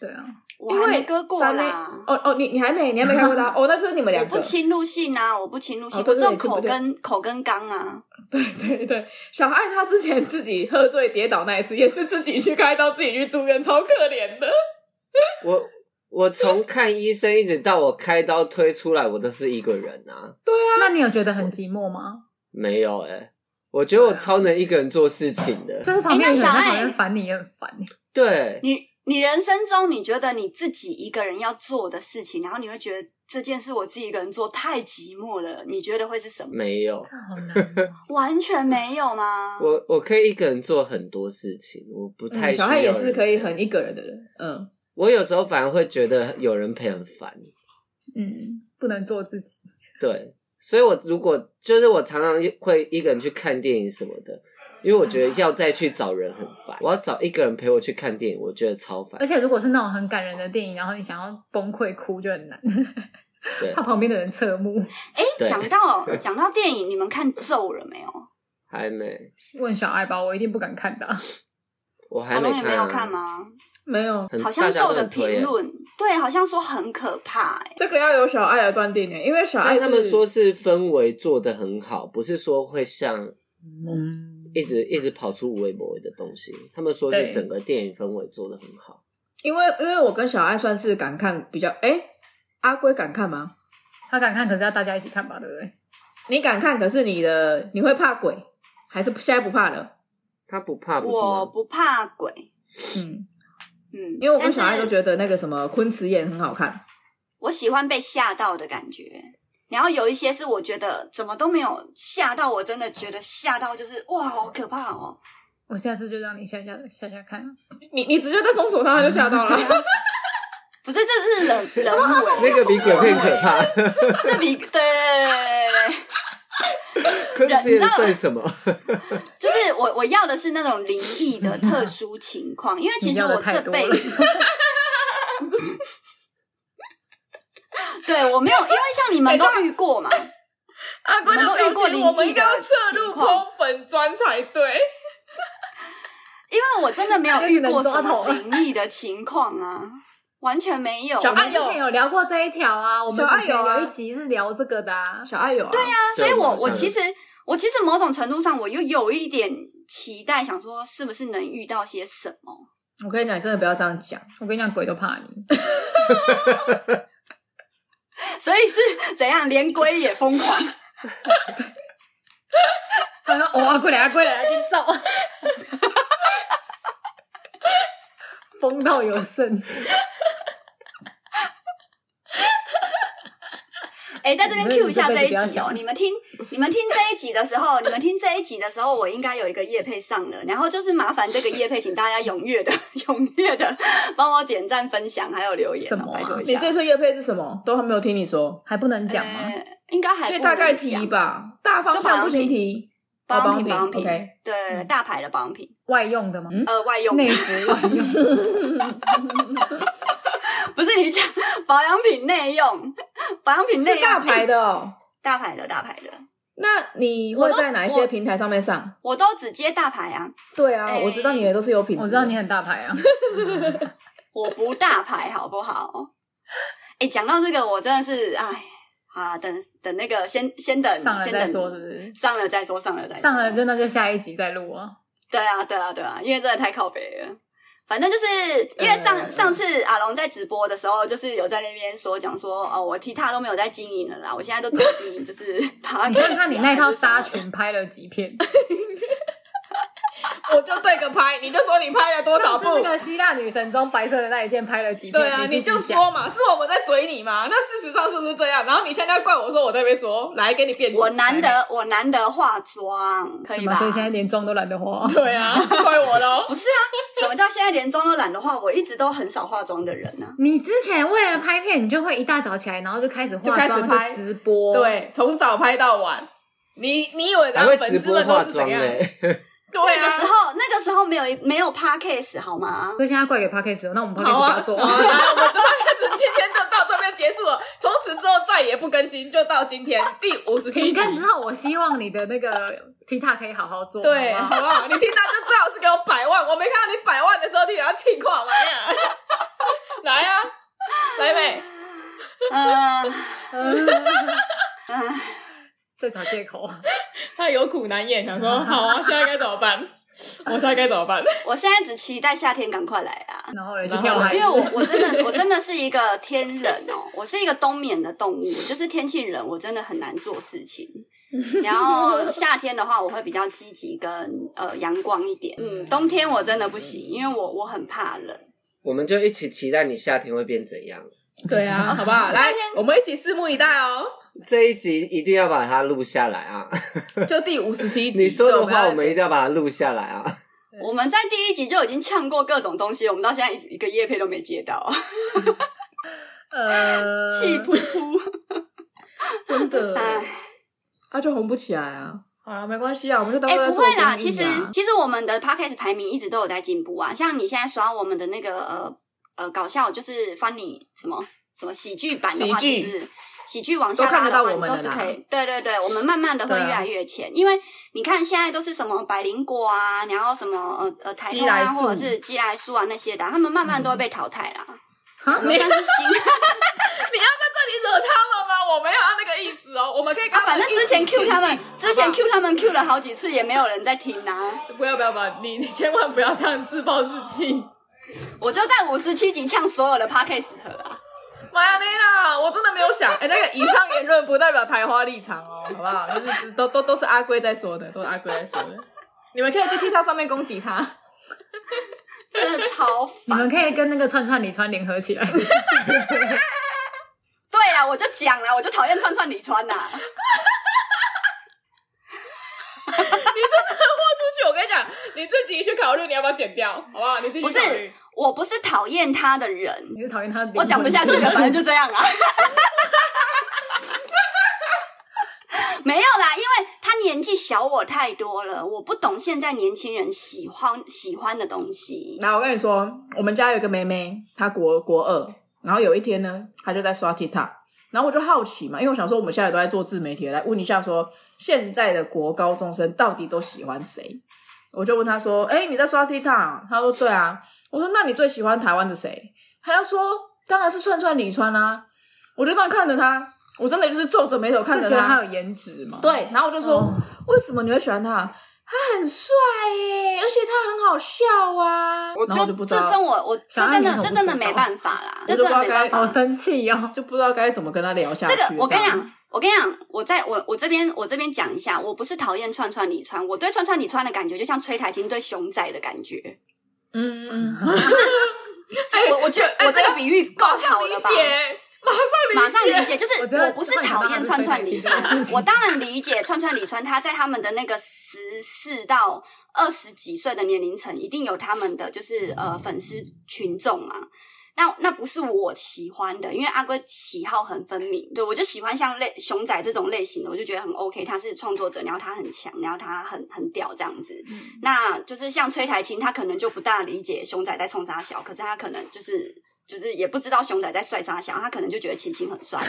Speaker 1: 对啊，
Speaker 2: 我
Speaker 4: 因
Speaker 2: 还
Speaker 4: 为
Speaker 2: 没割过
Speaker 4: 三妹
Speaker 2: 啦。
Speaker 4: 哦哦，你你还没你还没看过 他哦，那就是你们
Speaker 2: 我
Speaker 4: 两个。
Speaker 2: 不侵入性啊，我不侵入性，
Speaker 4: 哦
Speaker 2: 我
Speaker 4: 对
Speaker 2: 只
Speaker 4: 对
Speaker 2: 有
Speaker 4: 对
Speaker 2: 口
Speaker 4: 对
Speaker 2: 跟口跟肛啊。
Speaker 4: 对对对，小爱她之前自己喝醉跌倒那一次，也是自己去开刀，自己去住院，超可怜的。
Speaker 3: 我我从看医生一直到我开刀推出来，我都是一个人啊。
Speaker 1: 那你有觉得很寂寞吗？
Speaker 3: 没有哎、我觉得我超能一个人做事情的。
Speaker 4: 啊
Speaker 1: 就是旁边
Speaker 2: 哎那
Speaker 1: 有人在
Speaker 2: 小爱
Speaker 1: 旁边烦你也很烦，
Speaker 3: 对，
Speaker 2: 你你人生中你觉得你自己一个人要做的事情，然后你会觉得这件事我自己一个人做太寂寞了，你觉得会是什么？
Speaker 3: 没有。
Speaker 1: 这好难哦。
Speaker 2: 完全没有吗？
Speaker 3: 我我可以一个人做很多事情，我不太、
Speaker 4: 嗯小爱也是可以很一个人的人，嗯，
Speaker 3: 我有时候反而会觉得有人陪很烦，
Speaker 1: 嗯，不能做自己。
Speaker 3: 对，所以我如果就是我常常会一个人去看电影什么的，因为我觉得要再去找人很烦，我要找一个人陪我去看电影，我觉得超烦
Speaker 2: 呃
Speaker 1: 而。且如果是那种很感人的电影，然后你想要崩溃哭就很难，
Speaker 3: 对
Speaker 1: 怕，旁边的人侧目。
Speaker 2: 哎，
Speaker 3: 对
Speaker 2: 讲 到讲到电影，你们看咒了没有？
Speaker 3: 还没，
Speaker 1: 问小爱吧，我一定不敢看的。
Speaker 3: 我还
Speaker 2: 小
Speaker 3: 没
Speaker 2: 龙也
Speaker 3: 看、
Speaker 2: 没
Speaker 3: 啊，
Speaker 2: 有看？吗？
Speaker 4: 没有
Speaker 3: 很
Speaker 2: 好像
Speaker 3: 大家都
Speaker 2: 咒的
Speaker 3: 很推耶啊
Speaker 2: 评论，对，好像说很可怕、哎，
Speaker 4: 这个要由小爱来断定呢，因为小爱
Speaker 3: 但
Speaker 4: 是
Speaker 3: 他们说是氛围做的很好，不是说会像
Speaker 1: 嗯，
Speaker 3: 一直一直跑出无微不微的东西。他们说是
Speaker 1: 对
Speaker 3: 整个电影氛围做的很好。
Speaker 4: 因为因为我跟小爱算是敢看比较，哎、阿龟敢看吗？
Speaker 1: 他敢看，可是要大家一起看吧，对不对？
Speaker 4: 你敢看，可是你的你会怕鬼，还是现在不怕了？
Speaker 3: 他不怕不是
Speaker 2: 我
Speaker 3: 吗？
Speaker 2: 不怕鬼，
Speaker 4: 嗯，
Speaker 2: 嗯，
Speaker 4: 因为我跟小
Speaker 2: 但
Speaker 4: 爱
Speaker 2: 是
Speaker 4: 都觉得那个什么昆池岩很好看，
Speaker 2: 我喜欢被吓到的感觉。然后有一些是我觉得怎么都没有吓到，我真的觉得吓到就是哇，好可怕哦！
Speaker 1: 我下次就让你下下下下看。啊
Speaker 4: 你你直接在封锁他，他就吓到 了。
Speaker 2: 不是，这是人人为，
Speaker 3: 那个比鬼片可怕，
Speaker 2: 这比对对对对对
Speaker 3: 昆池岩算什么？
Speaker 2: 对，就是我我要的是那种灵异的特殊情况，因为其
Speaker 1: 你
Speaker 2: 实
Speaker 1: 要的
Speaker 2: 我
Speaker 1: 太
Speaker 2: 这
Speaker 1: 多
Speaker 2: 辈
Speaker 1: 了
Speaker 2: 子。对我没有，因为像你们都遇过嘛，
Speaker 4: 阿
Speaker 2: 龟的表情我们都遇过灵异的
Speaker 4: 我们应该要侧
Speaker 2: 情
Speaker 4: 入
Speaker 2: 况
Speaker 4: 空粉砖才对。
Speaker 2: 因为我真的没有遇过什
Speaker 1: 那个能抓头
Speaker 2: 么灵异的情况啊。完全没有。
Speaker 1: 小
Speaker 4: 爱
Speaker 1: 爱之前有聊过这一条啊，我们
Speaker 4: 小爱
Speaker 1: 之前
Speaker 4: 有啊
Speaker 1: 有一集是聊这个的啊。
Speaker 4: 小爱有啊，对呀、
Speaker 2: 啊所以
Speaker 3: 对
Speaker 2: 我
Speaker 3: 我
Speaker 2: 我
Speaker 3: 想
Speaker 2: 其实我其实某种程度上我又有一点期待，想说是不是能遇到些什么？
Speaker 4: 我跟你讲，你真的不要这样讲。
Speaker 1: 我跟你讲，鬼都怕你。
Speaker 2: 所以是怎样，连龟也疯狂。
Speaker 1: 他说：“哇，过来啊，过来啊，给你照。”疯到有剩，
Speaker 2: 哎、在这边
Speaker 1: 你这
Speaker 2: Q 一下
Speaker 1: 你这
Speaker 2: 这一
Speaker 1: 辈子不要
Speaker 2: 集哦、
Speaker 1: 想
Speaker 2: 你们听，你们听这一集的时候，你们听这一集的时候，我应该有一个叶配上了，然后就是麻烦这个叶配，请大家踊跃的、 踊跃的帮我点赞、分享，还有留言、
Speaker 1: 什么啊
Speaker 2: 拜托一
Speaker 4: 你
Speaker 2: 下。
Speaker 4: 这次乐配是什么？都还没有听你说，
Speaker 1: 还不能讲吗？
Speaker 2: 呃应该还
Speaker 4: 可以
Speaker 2: 不
Speaker 4: 大概
Speaker 2: 能
Speaker 4: 提
Speaker 2: 讲，
Speaker 4: 吧，大方向不行提。
Speaker 2: 保
Speaker 4: 好
Speaker 2: 养品、保养
Speaker 4: 养
Speaker 2: 品，
Speaker 4: ，OK，
Speaker 2: 对，大牌的保养品，
Speaker 1: 外用的吗？
Speaker 4: 嗯
Speaker 1: 嗯
Speaker 2: 呃，外用的
Speaker 1: 内服外用，
Speaker 2: 不是你讲保养品内用， 保养品内
Speaker 4: 是
Speaker 2: 用哎
Speaker 4: 大牌，的哦。
Speaker 2: 大牌的大牌的，
Speaker 4: 那你会在哪一些平台上面上？
Speaker 2: 我都只接大牌啊，
Speaker 4: 对啊，
Speaker 2: 哎
Speaker 4: 我知道你的都是有品质的，
Speaker 1: 我知道你很 大牌啊。
Speaker 2: 我不大牌好不好？ 哎、讲到这个，我真的是哎啊，等等那个先先等
Speaker 1: 上了
Speaker 2: 先
Speaker 1: 再
Speaker 2: 等
Speaker 1: 说，是不是？
Speaker 2: 上了再说，上了再说
Speaker 1: 上了就那就下一集再 录啊。
Speaker 2: 对啊对啊对啊，因为真的太靠北了。反正就是
Speaker 1: 呃
Speaker 2: 因为上、
Speaker 4: 嗯嗯嗯
Speaker 2: 上次阿龙在直播的时候，就是有在那边说讲说哦，我踢踏都没有在经营了啦，我现在都只有经营就是 爬。
Speaker 1: 你看看你那套纱裙拍了几片？
Speaker 4: 我就对个拍，你就说你拍了 多少
Speaker 1: 上
Speaker 4: 部
Speaker 1: 次？那个希腊女神中白色的那一件拍了几片？
Speaker 4: 对啊，
Speaker 1: 你
Speaker 4: 你
Speaker 1: 自己
Speaker 4: 就
Speaker 1: 讲
Speaker 4: 说嘛，是我们在追你嘛？那事实上是不是这样？然后你现在怪我说我在那边说，来给你辩解。
Speaker 2: 我难得我难得化妆，可以
Speaker 1: 什
Speaker 2: 吧
Speaker 1: 么？？所以现在连妆都懒得化。
Speaker 4: 对啊，怪我喽。
Speaker 2: 不是啊，什么叫现在连妆都懒的话？我一直都很少化妆的人呢、啊。
Speaker 1: 你之前为了拍片，你就会一大早起来，然后就开始化
Speaker 4: 就开始
Speaker 1: 妆，
Speaker 4: 拍
Speaker 1: 就直播。，
Speaker 4: 对，从早拍到晚，你你以为咱
Speaker 3: 还
Speaker 4: 们
Speaker 3: 会
Speaker 4: 粉
Speaker 3: 直
Speaker 4: 丝
Speaker 3: 播
Speaker 4: 们都
Speaker 3: 化
Speaker 4: 是怎
Speaker 3: 妆
Speaker 4: 样？
Speaker 3: 嘞、
Speaker 4: 对
Speaker 2: 那个时
Speaker 4: 啊，
Speaker 2: 候，那个时候没有没有 podcast 好吗？
Speaker 1: 所以现在怪给 Podcast，了那我们 Podcast
Speaker 4: 好
Speaker 1: 不要
Speaker 4: 啊，
Speaker 1: 做。
Speaker 4: 好啊，来，我们就到今天就到这边 结束了，从此之后再也不更新，就到今天第五十七
Speaker 1: 你
Speaker 4: 集。
Speaker 1: 看之后，我希望你的那个 TikTok 可以好好做。
Speaker 4: 对，
Speaker 1: 好
Speaker 4: 好
Speaker 1: 不好
Speaker 4: 不好？你听到就最好是给我百万，我没看到你百万的时候，你给他气垮嘛呀！ 来呀、啊，来妹，
Speaker 2: 嗯、
Speaker 1: 再找借 口。
Speaker 4: 他有苦难言，想说好啊，现在该怎么办？我现在该怎么办？
Speaker 2: 我现在只期待夏天赶快来啊！
Speaker 1: 然后嘞，
Speaker 4: 然后
Speaker 1: 就跳海。
Speaker 2: 因为我我真的我真的是一个天人哦，我是一个冬眠的动物，我就是天气冷，我真的很难做事情。 然后夏天的话，我会比较积极跟呃阳光一点。嗯，冬天我真的不行，因为我我很怕冷。
Speaker 3: 我们就一起期待你夏天会变怎样。
Speaker 4: 对啊，好不好？来，我们一起拭目以待哦。
Speaker 3: 这一集一定要把它录下来啊！
Speaker 4: 就第五十七集，
Speaker 3: 你说的话，
Speaker 4: 对
Speaker 3: 我们一定要把它录下来啊！
Speaker 2: 我们在第一集就已经呛过各种东西，我们到现在一直一个叶配都没接到，
Speaker 1: 呃，
Speaker 2: 气噗 噗。
Speaker 4: 真的，
Speaker 2: 哎，
Speaker 4: 他就红不起来啊。好了，没关系啊，我们就当
Speaker 2: 哎、
Speaker 4: 做
Speaker 2: 不会啦，
Speaker 4: 公益
Speaker 2: 其
Speaker 4: 啊
Speaker 2: 实其实我们的 podcast 排名一直都有在进步啊，像你现在刷我们的那个呃呃搞笑，就是 funny 什么什么喜剧版的话，
Speaker 4: 喜剧
Speaker 2: 其实喜剧往下
Speaker 4: 都看得
Speaker 2: 拉的嗯话
Speaker 4: 到我们
Speaker 2: 你
Speaker 4: 的
Speaker 2: 都是
Speaker 4: 啦
Speaker 2: 可以，对对对，我们慢慢的会
Speaker 4: 对
Speaker 2: 越
Speaker 4: 啊
Speaker 2: 来越前，因为你看现在都是什么百灵果啊，然后什么呃呃台
Speaker 4: 鸡
Speaker 2: 通啊，
Speaker 4: 来素
Speaker 2: 或者是鸡来素啊那些的啊，他们慢慢都会被淘汰啦。
Speaker 1: 啊
Speaker 2: 我们算是
Speaker 4: 你要
Speaker 2: 新，
Speaker 4: 在这里惹他们吗？我没有要那个意思哦，我们可以跟
Speaker 2: 啊，
Speaker 4: 他们
Speaker 2: 反正之前
Speaker 4: 一起前
Speaker 2: Q
Speaker 4: 进
Speaker 2: 他们，之前
Speaker 4: 好不好
Speaker 2: Q 他们 Q 了好几次，也没有人在听啊。
Speaker 4: 不要不要不要，你你千万不要这样自暴自弃。
Speaker 2: 我就在五十七集呛所有的 podcast 盒啊！
Speaker 4: 妈呀，你啦！我真的没有 想，哎、那个以上言论不代表台花立场哦，好不好？就是都都都是阿龟在说的，都是阿龟在说的。你们可以去 TikTok 上面攻击他，
Speaker 2: 真的超
Speaker 1: 你
Speaker 2: 烦。
Speaker 1: 们可以跟那个串串李川联合 起来。
Speaker 2: 对啊，我就讲了，我就讨厌串串李川呐、
Speaker 4: 出去我跟你讲，你自己去考虑你要不要剪掉，好不好？你自己
Speaker 2: 不
Speaker 4: 去
Speaker 2: 是
Speaker 4: 考虑。，
Speaker 2: 我不是讨厌他的人，
Speaker 1: 你是讨厌他的灵魂？
Speaker 2: 我讲不下去了，反正就这样 啊。没有啦，因为他年纪小我太多了，我不懂现在年轻人喜欢喜欢的东西。
Speaker 4: 来，我跟你说，我们家有一个妹妹，她国国二，然后有一天呢，她就在刷 TikTok，然后我就好奇嘛，因为我想说我们现在都在做自媒体，来问一下说现在的国高中生到底都喜欢谁？我就问她说：“哎、你在刷 TikTok？” 她说：“对啊。”我说：“那你最喜欢台湾的谁？”她就说：“当然是串串李川啊！我就这样看着他，我真的就是皱着眉头看
Speaker 1: 看
Speaker 4: 着
Speaker 1: 着
Speaker 4: 他
Speaker 1: 他。有颜值嘛？，
Speaker 4: 对，然后我就说、
Speaker 1: 哦
Speaker 4: 为什么你会喜欢他？他很帅耶，而且他很好笑啊。
Speaker 2: 我
Speaker 4: 然后我就不知
Speaker 2: 这
Speaker 4: 道
Speaker 2: 真我我
Speaker 4: 小
Speaker 2: 这
Speaker 4: 爱
Speaker 2: 真
Speaker 4: 你
Speaker 2: 的
Speaker 4: 很
Speaker 2: 这
Speaker 4: 不
Speaker 2: 真的
Speaker 4: 知
Speaker 2: 没
Speaker 4: 道
Speaker 2: 办法啦，这
Speaker 4: 我都不
Speaker 2: 真
Speaker 4: 知
Speaker 2: 的
Speaker 4: 道
Speaker 2: 没办
Speaker 4: 该
Speaker 2: 法
Speaker 1: 好。生气哦！
Speaker 4: 就不知道该怎么跟他聊下去。
Speaker 2: 这个我跟你
Speaker 4: 这样
Speaker 2: 讲，我跟你讲，我在我我这边我这边讲一下，我不是讨厌串串李川，我对串串李川的感觉就像崔台青对熊仔的感觉。
Speaker 4: 嗯嗯，
Speaker 2: 我我觉得我这个比喻够好了吧？
Speaker 4: 马上
Speaker 2: 马
Speaker 4: 理
Speaker 2: 上
Speaker 4: 解
Speaker 2: 理解，就是
Speaker 1: 我真的
Speaker 2: 我不是讨厌串串李
Speaker 1: 我真的
Speaker 2: 川
Speaker 1: 是，
Speaker 2: 我当然理解串串李川，他在他们的那个十四到二十几岁的年龄层，一定有他们的就是呃粉丝群众嘛。那那不是我喜欢的，因为阿龟喜好很分明，对我就喜欢像类熊仔这种类型的，我就觉得很 OK，他是创作者，然后他很强，然后他很很屌这样子。那就是像崔台青，他可能就不大理解熊仔在冲啥小，可是他可能就是就是也不知道熊仔在帅啥小，他可能就觉得青青很 帅。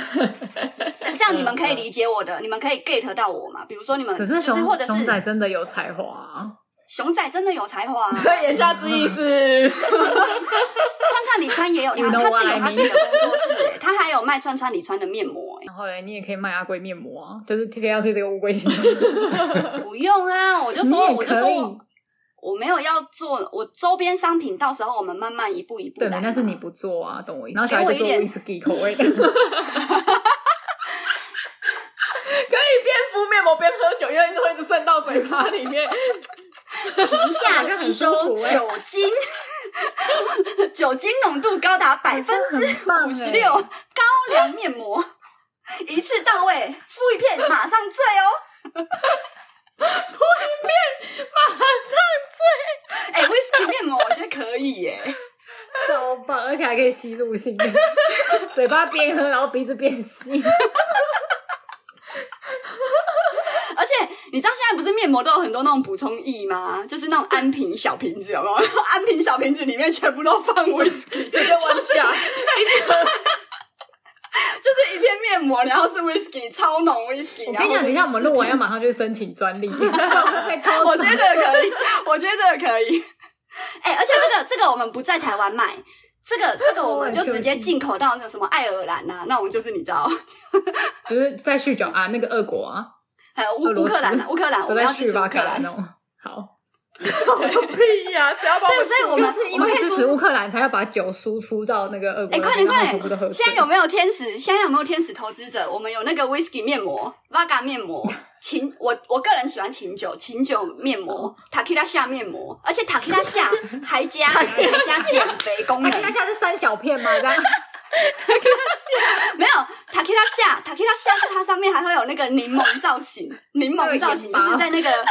Speaker 2: 这这样你们可以理解我的，你们可以 get 到我嘛？比如说你们
Speaker 1: 可
Speaker 2: 就是
Speaker 1: 熊
Speaker 2: 或者
Speaker 1: 熊仔
Speaker 2: 是
Speaker 1: 真的有才华啊，
Speaker 2: 熊仔真的有才 华、啊，
Speaker 4: 所以言下之意是，
Speaker 2: 川川里川也 有
Speaker 1: You
Speaker 2: 他，他自
Speaker 1: know what
Speaker 2: 己
Speaker 1: I
Speaker 2: 有他自己的工作室、欸，他还有卖川川里川的面膜、欸
Speaker 1: 然后嘞，你也可以卖阿龟面膜啊，就是贴上去这个乌 龟形。
Speaker 2: 欸， 不用啊，我就
Speaker 1: 你
Speaker 2: 说
Speaker 1: 也
Speaker 2: 我就
Speaker 1: 可以
Speaker 2: 说我没有要做，我周边商品到时候我们慢慢一步一步
Speaker 1: 对
Speaker 2: 来
Speaker 1: 嘛
Speaker 2: 嘛，。
Speaker 1: 但是你不做啊，懂我意思？然后
Speaker 2: 给
Speaker 1: 小
Speaker 2: 我
Speaker 1: 孩
Speaker 2: 一
Speaker 1: 就做
Speaker 2: 点
Speaker 1: whisky 口味的，
Speaker 4: 可以边敷面膜边喝酒，因为都一直渗到嘴巴里 面。
Speaker 2: 皮下吸收
Speaker 1: 好像很舒服欸
Speaker 2: 酒精， 酒精浓度高达百分之
Speaker 1: 很棒
Speaker 2: 五十
Speaker 1: 欸
Speaker 2: 六，高粱面膜。一次到位，敷一片马上醉哦！
Speaker 4: 马上
Speaker 2: 哎、威士忌面膜我觉得可以耶、
Speaker 1: 超棒， 而且还可以吸入性， 嘴巴边喝，然后鼻子 边吸。
Speaker 2: 而且你知道现在不是面膜都有很多那种补充液吗？就是那种安瓶小瓶子，有没有？ 安瓶小瓶子里面全部都放威士忌，
Speaker 4: 醉，直接弯下，
Speaker 2: 就是一片面膜，然后是威士忌，超浓威士忌。
Speaker 1: 我
Speaker 2: 然
Speaker 1: 跟
Speaker 2: 后
Speaker 1: 你讲，等一下我们录完要
Speaker 2: 吗？
Speaker 1: 马上去申请专 利，被偷
Speaker 2: 我
Speaker 1: 走
Speaker 2: 觉得可以，我觉得可以。 哎、而且这个这个我们不在台湾卖，这个这个我们就直接进口到那个什么爱尔兰呐、啊，那我们就是你知道，
Speaker 1: 就是在酗酒啊，那个俄国啊，
Speaker 2: 还有乌
Speaker 1: 俄
Speaker 2: 乌
Speaker 1: 罗斯
Speaker 2: 克兰啊，乌克兰，我
Speaker 1: 都
Speaker 2: 们
Speaker 1: 在
Speaker 2: 要支
Speaker 1: 酗
Speaker 2: 持乌
Speaker 1: 巴克
Speaker 2: 克
Speaker 1: 兰
Speaker 2: 兰。
Speaker 1: 那种。好，
Speaker 4: 屁呀！谁要把
Speaker 2: 对，所以我们
Speaker 1: 就是
Speaker 2: 我
Speaker 1: 因
Speaker 2: 们
Speaker 1: 为
Speaker 2: 可以
Speaker 1: 支
Speaker 2: 说
Speaker 1: 持乌克兰，才要把酒输出到那个俄国。
Speaker 2: 哎、快点
Speaker 1: 然后
Speaker 2: 快
Speaker 1: 全部都喝
Speaker 2: 点！
Speaker 1: 醉
Speaker 2: 现在有没有天使？现在有没有天使投资者？我们有那个 whisky 面膜、Vaga 面膜、琴，我我个人喜欢琴酒、琴酒面
Speaker 1: 哦
Speaker 2: 膜、Takita 下面膜，而且 Takita 下还 加还加减肥功能
Speaker 1: 那，它现在是三小片吗？这样
Speaker 2: 没有 Takita 下 Takita 下是它上面还会有那个柠檬造型，柠檬造型就是在那个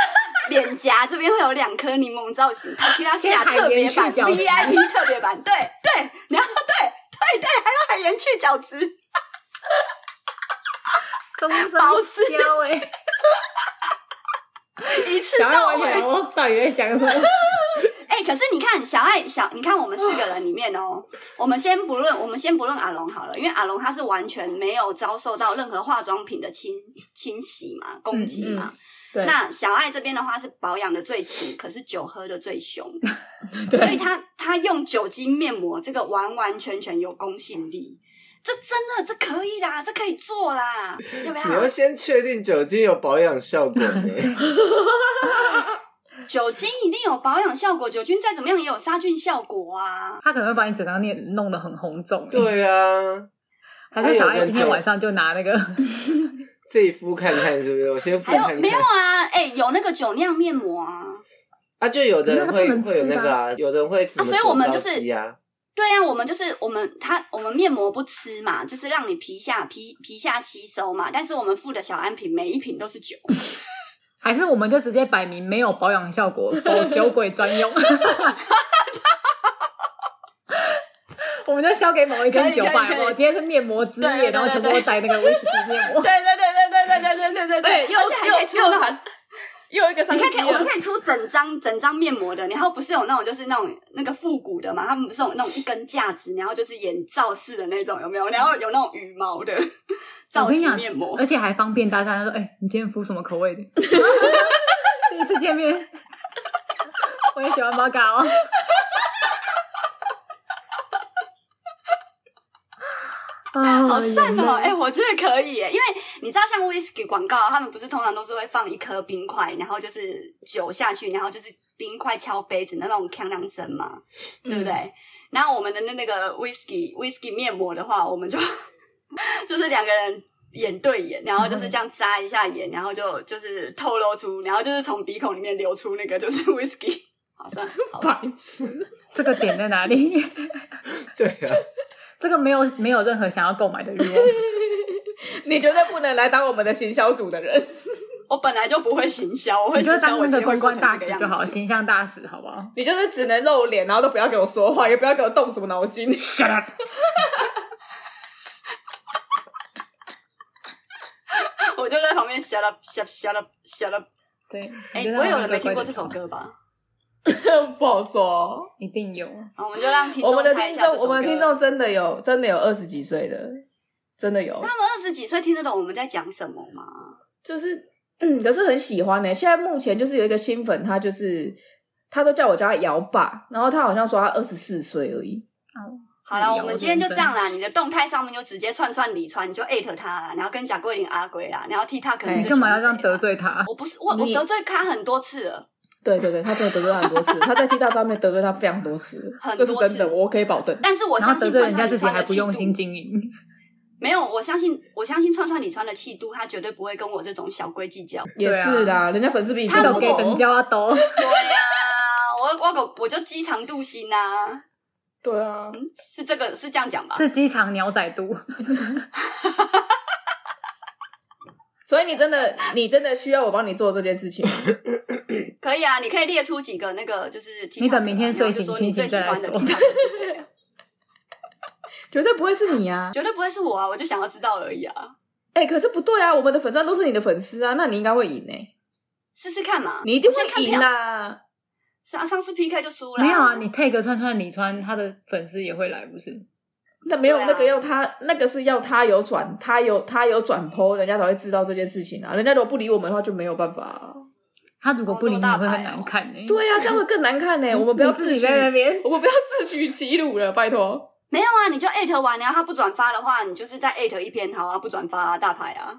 Speaker 2: 脸颊这边会有两颗柠檬造型，Takita 下特别版
Speaker 1: 跟海盐去
Speaker 2: VIP
Speaker 1: 角质
Speaker 2: 特别版，对对，然后对对对，还有海盐去角质。
Speaker 1: 东
Speaker 2: 保湿
Speaker 1: 雕哎，
Speaker 2: 一次
Speaker 1: 小爱
Speaker 2: 到
Speaker 1: 完
Speaker 2: 位
Speaker 1: 全，我到底在想什么？
Speaker 2: 哎、可是你看小爱小，你看我们四个人里面哦，我们先不论，我们先不论阿龙好了，因为阿龙他是完全没有遭受到任何化妆品的侵侵袭嘛、攻击嘛。
Speaker 4: 对
Speaker 2: 那小爱这边的话是保养的最勤，可是酒喝的最凶，所以
Speaker 4: 对，
Speaker 2: 他他用酒精面膜这个完完全全有公信力，这真的这可以啦，这可以做啦，要不啊
Speaker 3: 你要
Speaker 2: 要？
Speaker 3: 先确定酒精有保养效 果呢。
Speaker 2: 酒精一定有保养效果，酒精再怎么样也有杀菌效果啊。
Speaker 1: 他可能会把你整张脸弄得很红肿。，
Speaker 3: 对啊，
Speaker 1: 还是小
Speaker 3: 还有
Speaker 1: 爱今
Speaker 3: 人
Speaker 1: 天
Speaker 3: 酒
Speaker 1: 晚上就拿那个
Speaker 3: 自己敷看看是不是？我先敷
Speaker 2: 还
Speaker 3: 看
Speaker 2: 有没有
Speaker 3: 看。
Speaker 2: 啊？哎、有那个酒酿面膜啊。
Speaker 3: 啊，就有的人会
Speaker 1: 那是不能吃
Speaker 3: 会有
Speaker 1: 的啊
Speaker 3: 那个啊，有的人会什么
Speaker 2: 啊所以我们
Speaker 3: 酒
Speaker 2: 就
Speaker 3: 糟
Speaker 2: 是
Speaker 3: 肌啊，
Speaker 2: 对啊，我们就是我们它我们面膜不吃嘛，就是让你皮下皮皮下吸收嘛。但是我们附的小安瓶每一瓶都 是酒，
Speaker 1: 还是我们就直接摆明没有保养效果，否酒鬼专用。 我们就销给某一
Speaker 2: 可
Speaker 1: 间
Speaker 2: 以
Speaker 1: 酒吧
Speaker 2: 可以，可以
Speaker 1: 我今天是面膜之
Speaker 2: 对对
Speaker 1: 夜，然后全部都带那个威士忌面膜。
Speaker 2: 对对对对对对对
Speaker 4: 对，又
Speaker 2: 而且还可以出
Speaker 4: 又又
Speaker 2: 那种
Speaker 4: 谈，又一个商
Speaker 2: 你
Speaker 4: 机
Speaker 2: 看可以，我
Speaker 4: 啊
Speaker 2: 们！可以出整张整张面膜的，然后不是有那种就是那种那个复古的嘛，他们不是有那种一根架子，然后就是眼罩式的那种，有没有？然后有那种羽毛的
Speaker 1: 我
Speaker 2: 造
Speaker 1: 跟你
Speaker 2: 型
Speaker 1: 讲
Speaker 2: 面膜
Speaker 1: 而，且还方便大家说：“哎、你今天敷什么口味的？”第一次见面，我也喜欢玛卡哦。
Speaker 2: 好
Speaker 1: 好
Speaker 2: 赞哦！哎、我觉得可以耶，因为你知道，像 whisky 广告，他们不是通常都是会放一颗冰块，然后就是酒下去，然后就是冰块敲杯子的那种锵啷声嘛，对不对？
Speaker 1: 嗯
Speaker 2: 然后我们的那那个 whisky whisky 面膜的话，我们就 就是两个人。眼对眼，然后
Speaker 1: 嗯
Speaker 2: 就是这样眨一下眼，然后就就是透露出，然后就是从鼻孔里面流出那个就是 whisky，好算了，好吧，
Speaker 4: 白痴，
Speaker 1: 这个点在哪里？
Speaker 3: 对啊，
Speaker 1: 这个没有没有任何想要购买的欲望。
Speaker 4: 你绝对不能来当我们的行销组的人。
Speaker 2: 我本来就不会行销， 我会
Speaker 1: 你就
Speaker 2: 行销
Speaker 1: 当
Speaker 2: 我
Speaker 1: 那
Speaker 2: 今
Speaker 1: 个
Speaker 2: 天会
Speaker 1: 公
Speaker 2: 过成
Speaker 1: 关大
Speaker 2: 这
Speaker 1: 使
Speaker 2: 个样
Speaker 1: 就好，
Speaker 2: 子
Speaker 1: 形象大使，好不好？
Speaker 4: 你就是只能露脸，然后都不要给我说话，也不要给我动什么脑筋。
Speaker 1: Shut up！
Speaker 2: 我就在旁边 shut up shut up, shut up shut up。
Speaker 1: 对，
Speaker 2: 哎、
Speaker 1: 你就
Speaker 2: 不会
Speaker 1: 让
Speaker 2: 有
Speaker 1: 他
Speaker 2: 人
Speaker 1: 们
Speaker 2: 没听
Speaker 1: 乖乖
Speaker 2: 过这
Speaker 1: 地
Speaker 2: 首
Speaker 1: 唱，
Speaker 2: 歌吧？
Speaker 4: 不好说。哦
Speaker 1: 一定有。
Speaker 2: 然后我们就让听
Speaker 4: 我
Speaker 2: 众
Speaker 4: 们的
Speaker 2: 猜一
Speaker 4: 听
Speaker 2: 下这
Speaker 4: 众，
Speaker 2: 首
Speaker 4: 我们的
Speaker 2: 歌
Speaker 4: 听，众真的有，真的有二十几岁的，真的有，
Speaker 2: 他们二十几岁听得懂我们在讲什么 吗？
Speaker 4: 就是，嗯，可是很喜欢呢、现在目前就是有一个新粉，他就是他都叫我叫他姚爸，然后他好像说他二十四岁而已。
Speaker 2: 好了，
Speaker 1: 哎呦
Speaker 2: 我们今天就这样啦。你的动态上面就直接串串李川，你就艾特他啦，然后跟贾桂林、阿龟啦，然后替他可能
Speaker 1: 你
Speaker 2: 最
Speaker 1: 哎干嘛
Speaker 2: 喜
Speaker 1: 要
Speaker 2: 欢
Speaker 1: 这样
Speaker 2: 谁
Speaker 1: 得
Speaker 2: 啦？
Speaker 1: 罪他？
Speaker 2: 我不是我我
Speaker 4: 你
Speaker 2: 得罪他很多次了，
Speaker 4: 对对对，他真的得罪他很多次，他在 T 大上面得罪他非常多次，
Speaker 2: 很
Speaker 4: 这
Speaker 2: 多
Speaker 4: 是
Speaker 2: 次
Speaker 4: 真的，我可以保证。
Speaker 2: 但是我
Speaker 1: 然
Speaker 2: 相
Speaker 1: 后得
Speaker 2: 信
Speaker 1: 罪
Speaker 2: 串
Speaker 1: 人家
Speaker 2: 串李
Speaker 1: 自己
Speaker 2: 川
Speaker 1: 还
Speaker 2: 的
Speaker 1: 不
Speaker 2: 气
Speaker 1: 用心
Speaker 2: 度，
Speaker 1: 经营，
Speaker 2: 没有，我相信我相信串串李川的气度，他绝对不会跟我这种小龟计 较。
Speaker 4: 也是啦，人家粉丝比你
Speaker 2: 他
Speaker 4: 多
Speaker 1: 都
Speaker 2: 如果
Speaker 1: 给等交啊都。
Speaker 2: 对呀、我我狗我就鸡肠肚心呐、
Speaker 4: 对啊，
Speaker 2: 是这个是这样讲吧？
Speaker 1: 是机场鸟仔度，
Speaker 4: 所以你真的，你真的需要我帮你做这件事情吗？
Speaker 2: 可以啊，你可以列出几个那个就是
Speaker 1: 你等明天睡醒
Speaker 2: 然后就说你最喜欢的
Speaker 1: 清醒
Speaker 2: TikTok
Speaker 1: 再
Speaker 2: 是谁啊
Speaker 4: 绝对不会是你啊！
Speaker 2: 绝对不会是我啊，我就想要知道而已啊，
Speaker 4: 哎、可是不对啊，我们的粉钻都是你的粉丝啊，那你应该会赢哎、
Speaker 2: 试试看嘛。
Speaker 4: 你一定
Speaker 2: 我先
Speaker 4: 会
Speaker 2: 看
Speaker 4: 赢
Speaker 2: 票。
Speaker 4: 啦！
Speaker 2: 上上次 PK 就输了，
Speaker 1: 没有啊？你 take 串串李川，他的粉丝也会来，不是？
Speaker 4: 那没有、
Speaker 2: 对啊
Speaker 4: 那个要他，那个是要他有转，他有他有转 PO，人家才会知道这件事情啊。人家如果不理我们的话，就没有办法、啊。
Speaker 1: 他如果不理
Speaker 2: 哦这么大
Speaker 1: 你，会
Speaker 2: 牌
Speaker 1: 很
Speaker 2: 哦
Speaker 1: 难看呢。
Speaker 4: 对啊，这样会更难 看呢、我们不要
Speaker 1: 你自
Speaker 4: 自
Speaker 1: 己
Speaker 4: 取，
Speaker 1: 在那边，
Speaker 4: 我们不要自取其辱了，拜托。
Speaker 2: 没有啊，你就艾特完，然后他不转发的话，你就是再艾特一篇好啊，不转发啊，大牌啊，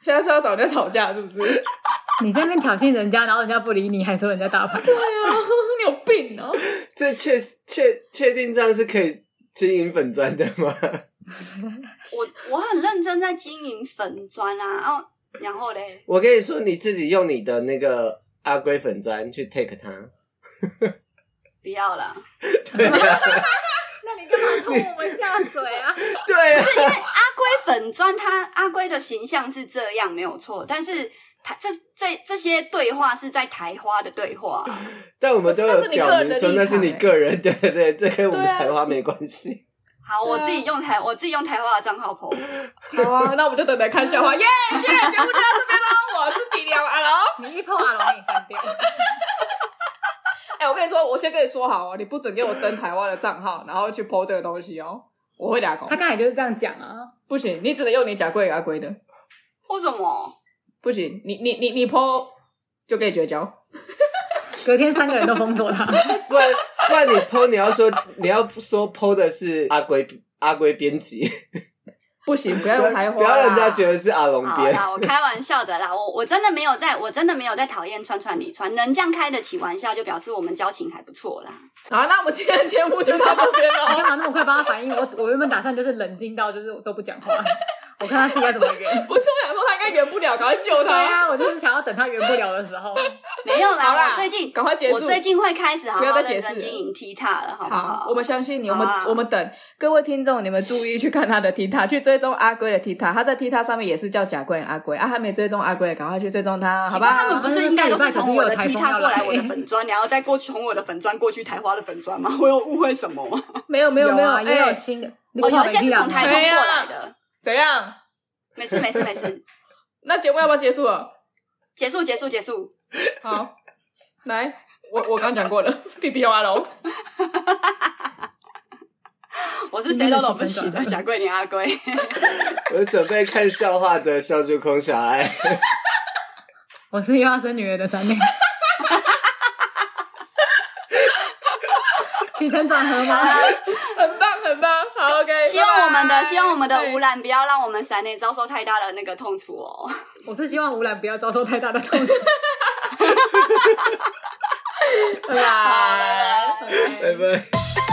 Speaker 4: 现在是要找人家吵架是 不是？对啊，
Speaker 1: 你在那边挑衅人家，然后人家不理你，还说人家大牌，
Speaker 4: 啊 你有病哦、
Speaker 3: 这确实确确定这样是可以经营粉砖的吗？
Speaker 2: 我我很认真在经营粉砖啊，哦，然后嘞，
Speaker 3: 我跟你说，你自己用你的那个阿龟粉砖去 take 它，
Speaker 2: 不要了，
Speaker 3: 对啊，
Speaker 1: 那你干嘛拖我们下水啊？
Speaker 3: 对啊，
Speaker 2: 阿龟粉砖他阿龟的形象是这样没有错，但是他这这这些对话是在台花的对话啊、
Speaker 3: 但我们都有表明说那
Speaker 4: 那
Speaker 3: 是
Speaker 4: 是
Speaker 3: 你
Speaker 4: 你
Speaker 3: 个
Speaker 4: 个
Speaker 3: 人，对对对，这跟我们
Speaker 4: 对啊
Speaker 3: 台花没关系。
Speaker 2: 好，我自己用台，我自己用台花的账号 po。
Speaker 4: 好啊，那我们就等着看笑话，耶耶！节目就到这边喽，我是迪良阿龙。
Speaker 1: 你一碰阿龙，你删掉。
Speaker 4: 哎、我跟你说，我先跟你说好哦，你不准给我登台湾的账号，然后去 PO 这个东西哦，我会打工
Speaker 1: 他。刚才就是这样讲啊，
Speaker 4: 不行，你只能用你假贵阿啊贵的，
Speaker 2: 为什么？
Speaker 4: 不行，你你你你 PO 就可以绝交。
Speaker 1: 隔天三个人都封锁他，
Speaker 3: 不然不然你 PO 你要说你要说 PO 的是阿龟阿龟编辑，
Speaker 4: 不行，不要
Speaker 3: 不
Speaker 4: 用台
Speaker 3: 要
Speaker 4: 花，
Speaker 3: 不要让人家觉
Speaker 4: 得。
Speaker 3: 得是阿龙
Speaker 2: 好
Speaker 3: 编。
Speaker 2: 啦，我开玩笑的啦，我我真的没有在，我真的没有在讨厌川川李川，能这样开得起玩笑，就表示我们交情还不错 啦。
Speaker 4: 好，那我们今天的节目就到这边了。
Speaker 1: 你 干嘛那么快帮他反应？我我原本打算就是冷静到就是我都不讲话，我看他自己要怎么圆。
Speaker 4: 不是，我想说他应该圆不了，赶快救
Speaker 1: 对
Speaker 4: 他。
Speaker 1: 啊，我就是想要等他圆不了的时候。
Speaker 2: 没有
Speaker 4: 好
Speaker 2: 啦，
Speaker 4: 啦
Speaker 2: 我最近
Speaker 4: 赶快结束
Speaker 2: 我最近会开始好
Speaker 4: 不要
Speaker 2: 好
Speaker 4: 再解
Speaker 2: 认
Speaker 4: 释
Speaker 2: 真经营 T 塔了，好不
Speaker 4: 好，我们相信你，我们、
Speaker 2: 好啊
Speaker 4: 我们等各位听众，你们注意去看他的 T 塔，去追踪阿龟的 T 塔，他在 T 塔上面也是叫假贵人阿龟啊，还没追踪阿龟的，赶快去追踪他，好
Speaker 2: 奇
Speaker 4: 不
Speaker 2: 怪
Speaker 4: 好？
Speaker 2: 他们不是应该都是从我的
Speaker 1: 下礼
Speaker 2: T
Speaker 1: 拜可是有台风
Speaker 2: 塔
Speaker 1: 要
Speaker 2: 过
Speaker 1: 来
Speaker 2: 来我的粉砖，然后再过去从我的粉砖过去台花的粉砖吗？ 我有误会什么吗？
Speaker 4: 没有没有没
Speaker 1: 啊也有
Speaker 4: 哎
Speaker 1: 新的，
Speaker 2: 哦，有一些是从台
Speaker 1: 台
Speaker 2: 通
Speaker 4: 对
Speaker 2: 过
Speaker 4: 啊
Speaker 2: 来的。
Speaker 4: 怎样？
Speaker 2: 没事没事没事，
Speaker 4: 那节目要不要结束了？
Speaker 2: 结束结束结束。
Speaker 4: 好，来，我我刚讲过了，弟弟有阿龙，
Speaker 2: 我是谁都懂不起的贾桂林阿龟。
Speaker 3: 我准备看笑话的笑猪空小爱，
Speaker 4: 哎
Speaker 1: 我是又要生女儿的三妹。 起承转合吗？
Speaker 4: 很棒很棒。
Speaker 2: 希望我们的吴兰不要让我们三内遭受太大的那个痛楚哦。
Speaker 1: 我是希望吴兰不要遭受太大的痛苦。
Speaker 4: 拜拜。
Speaker 3: 拜拜。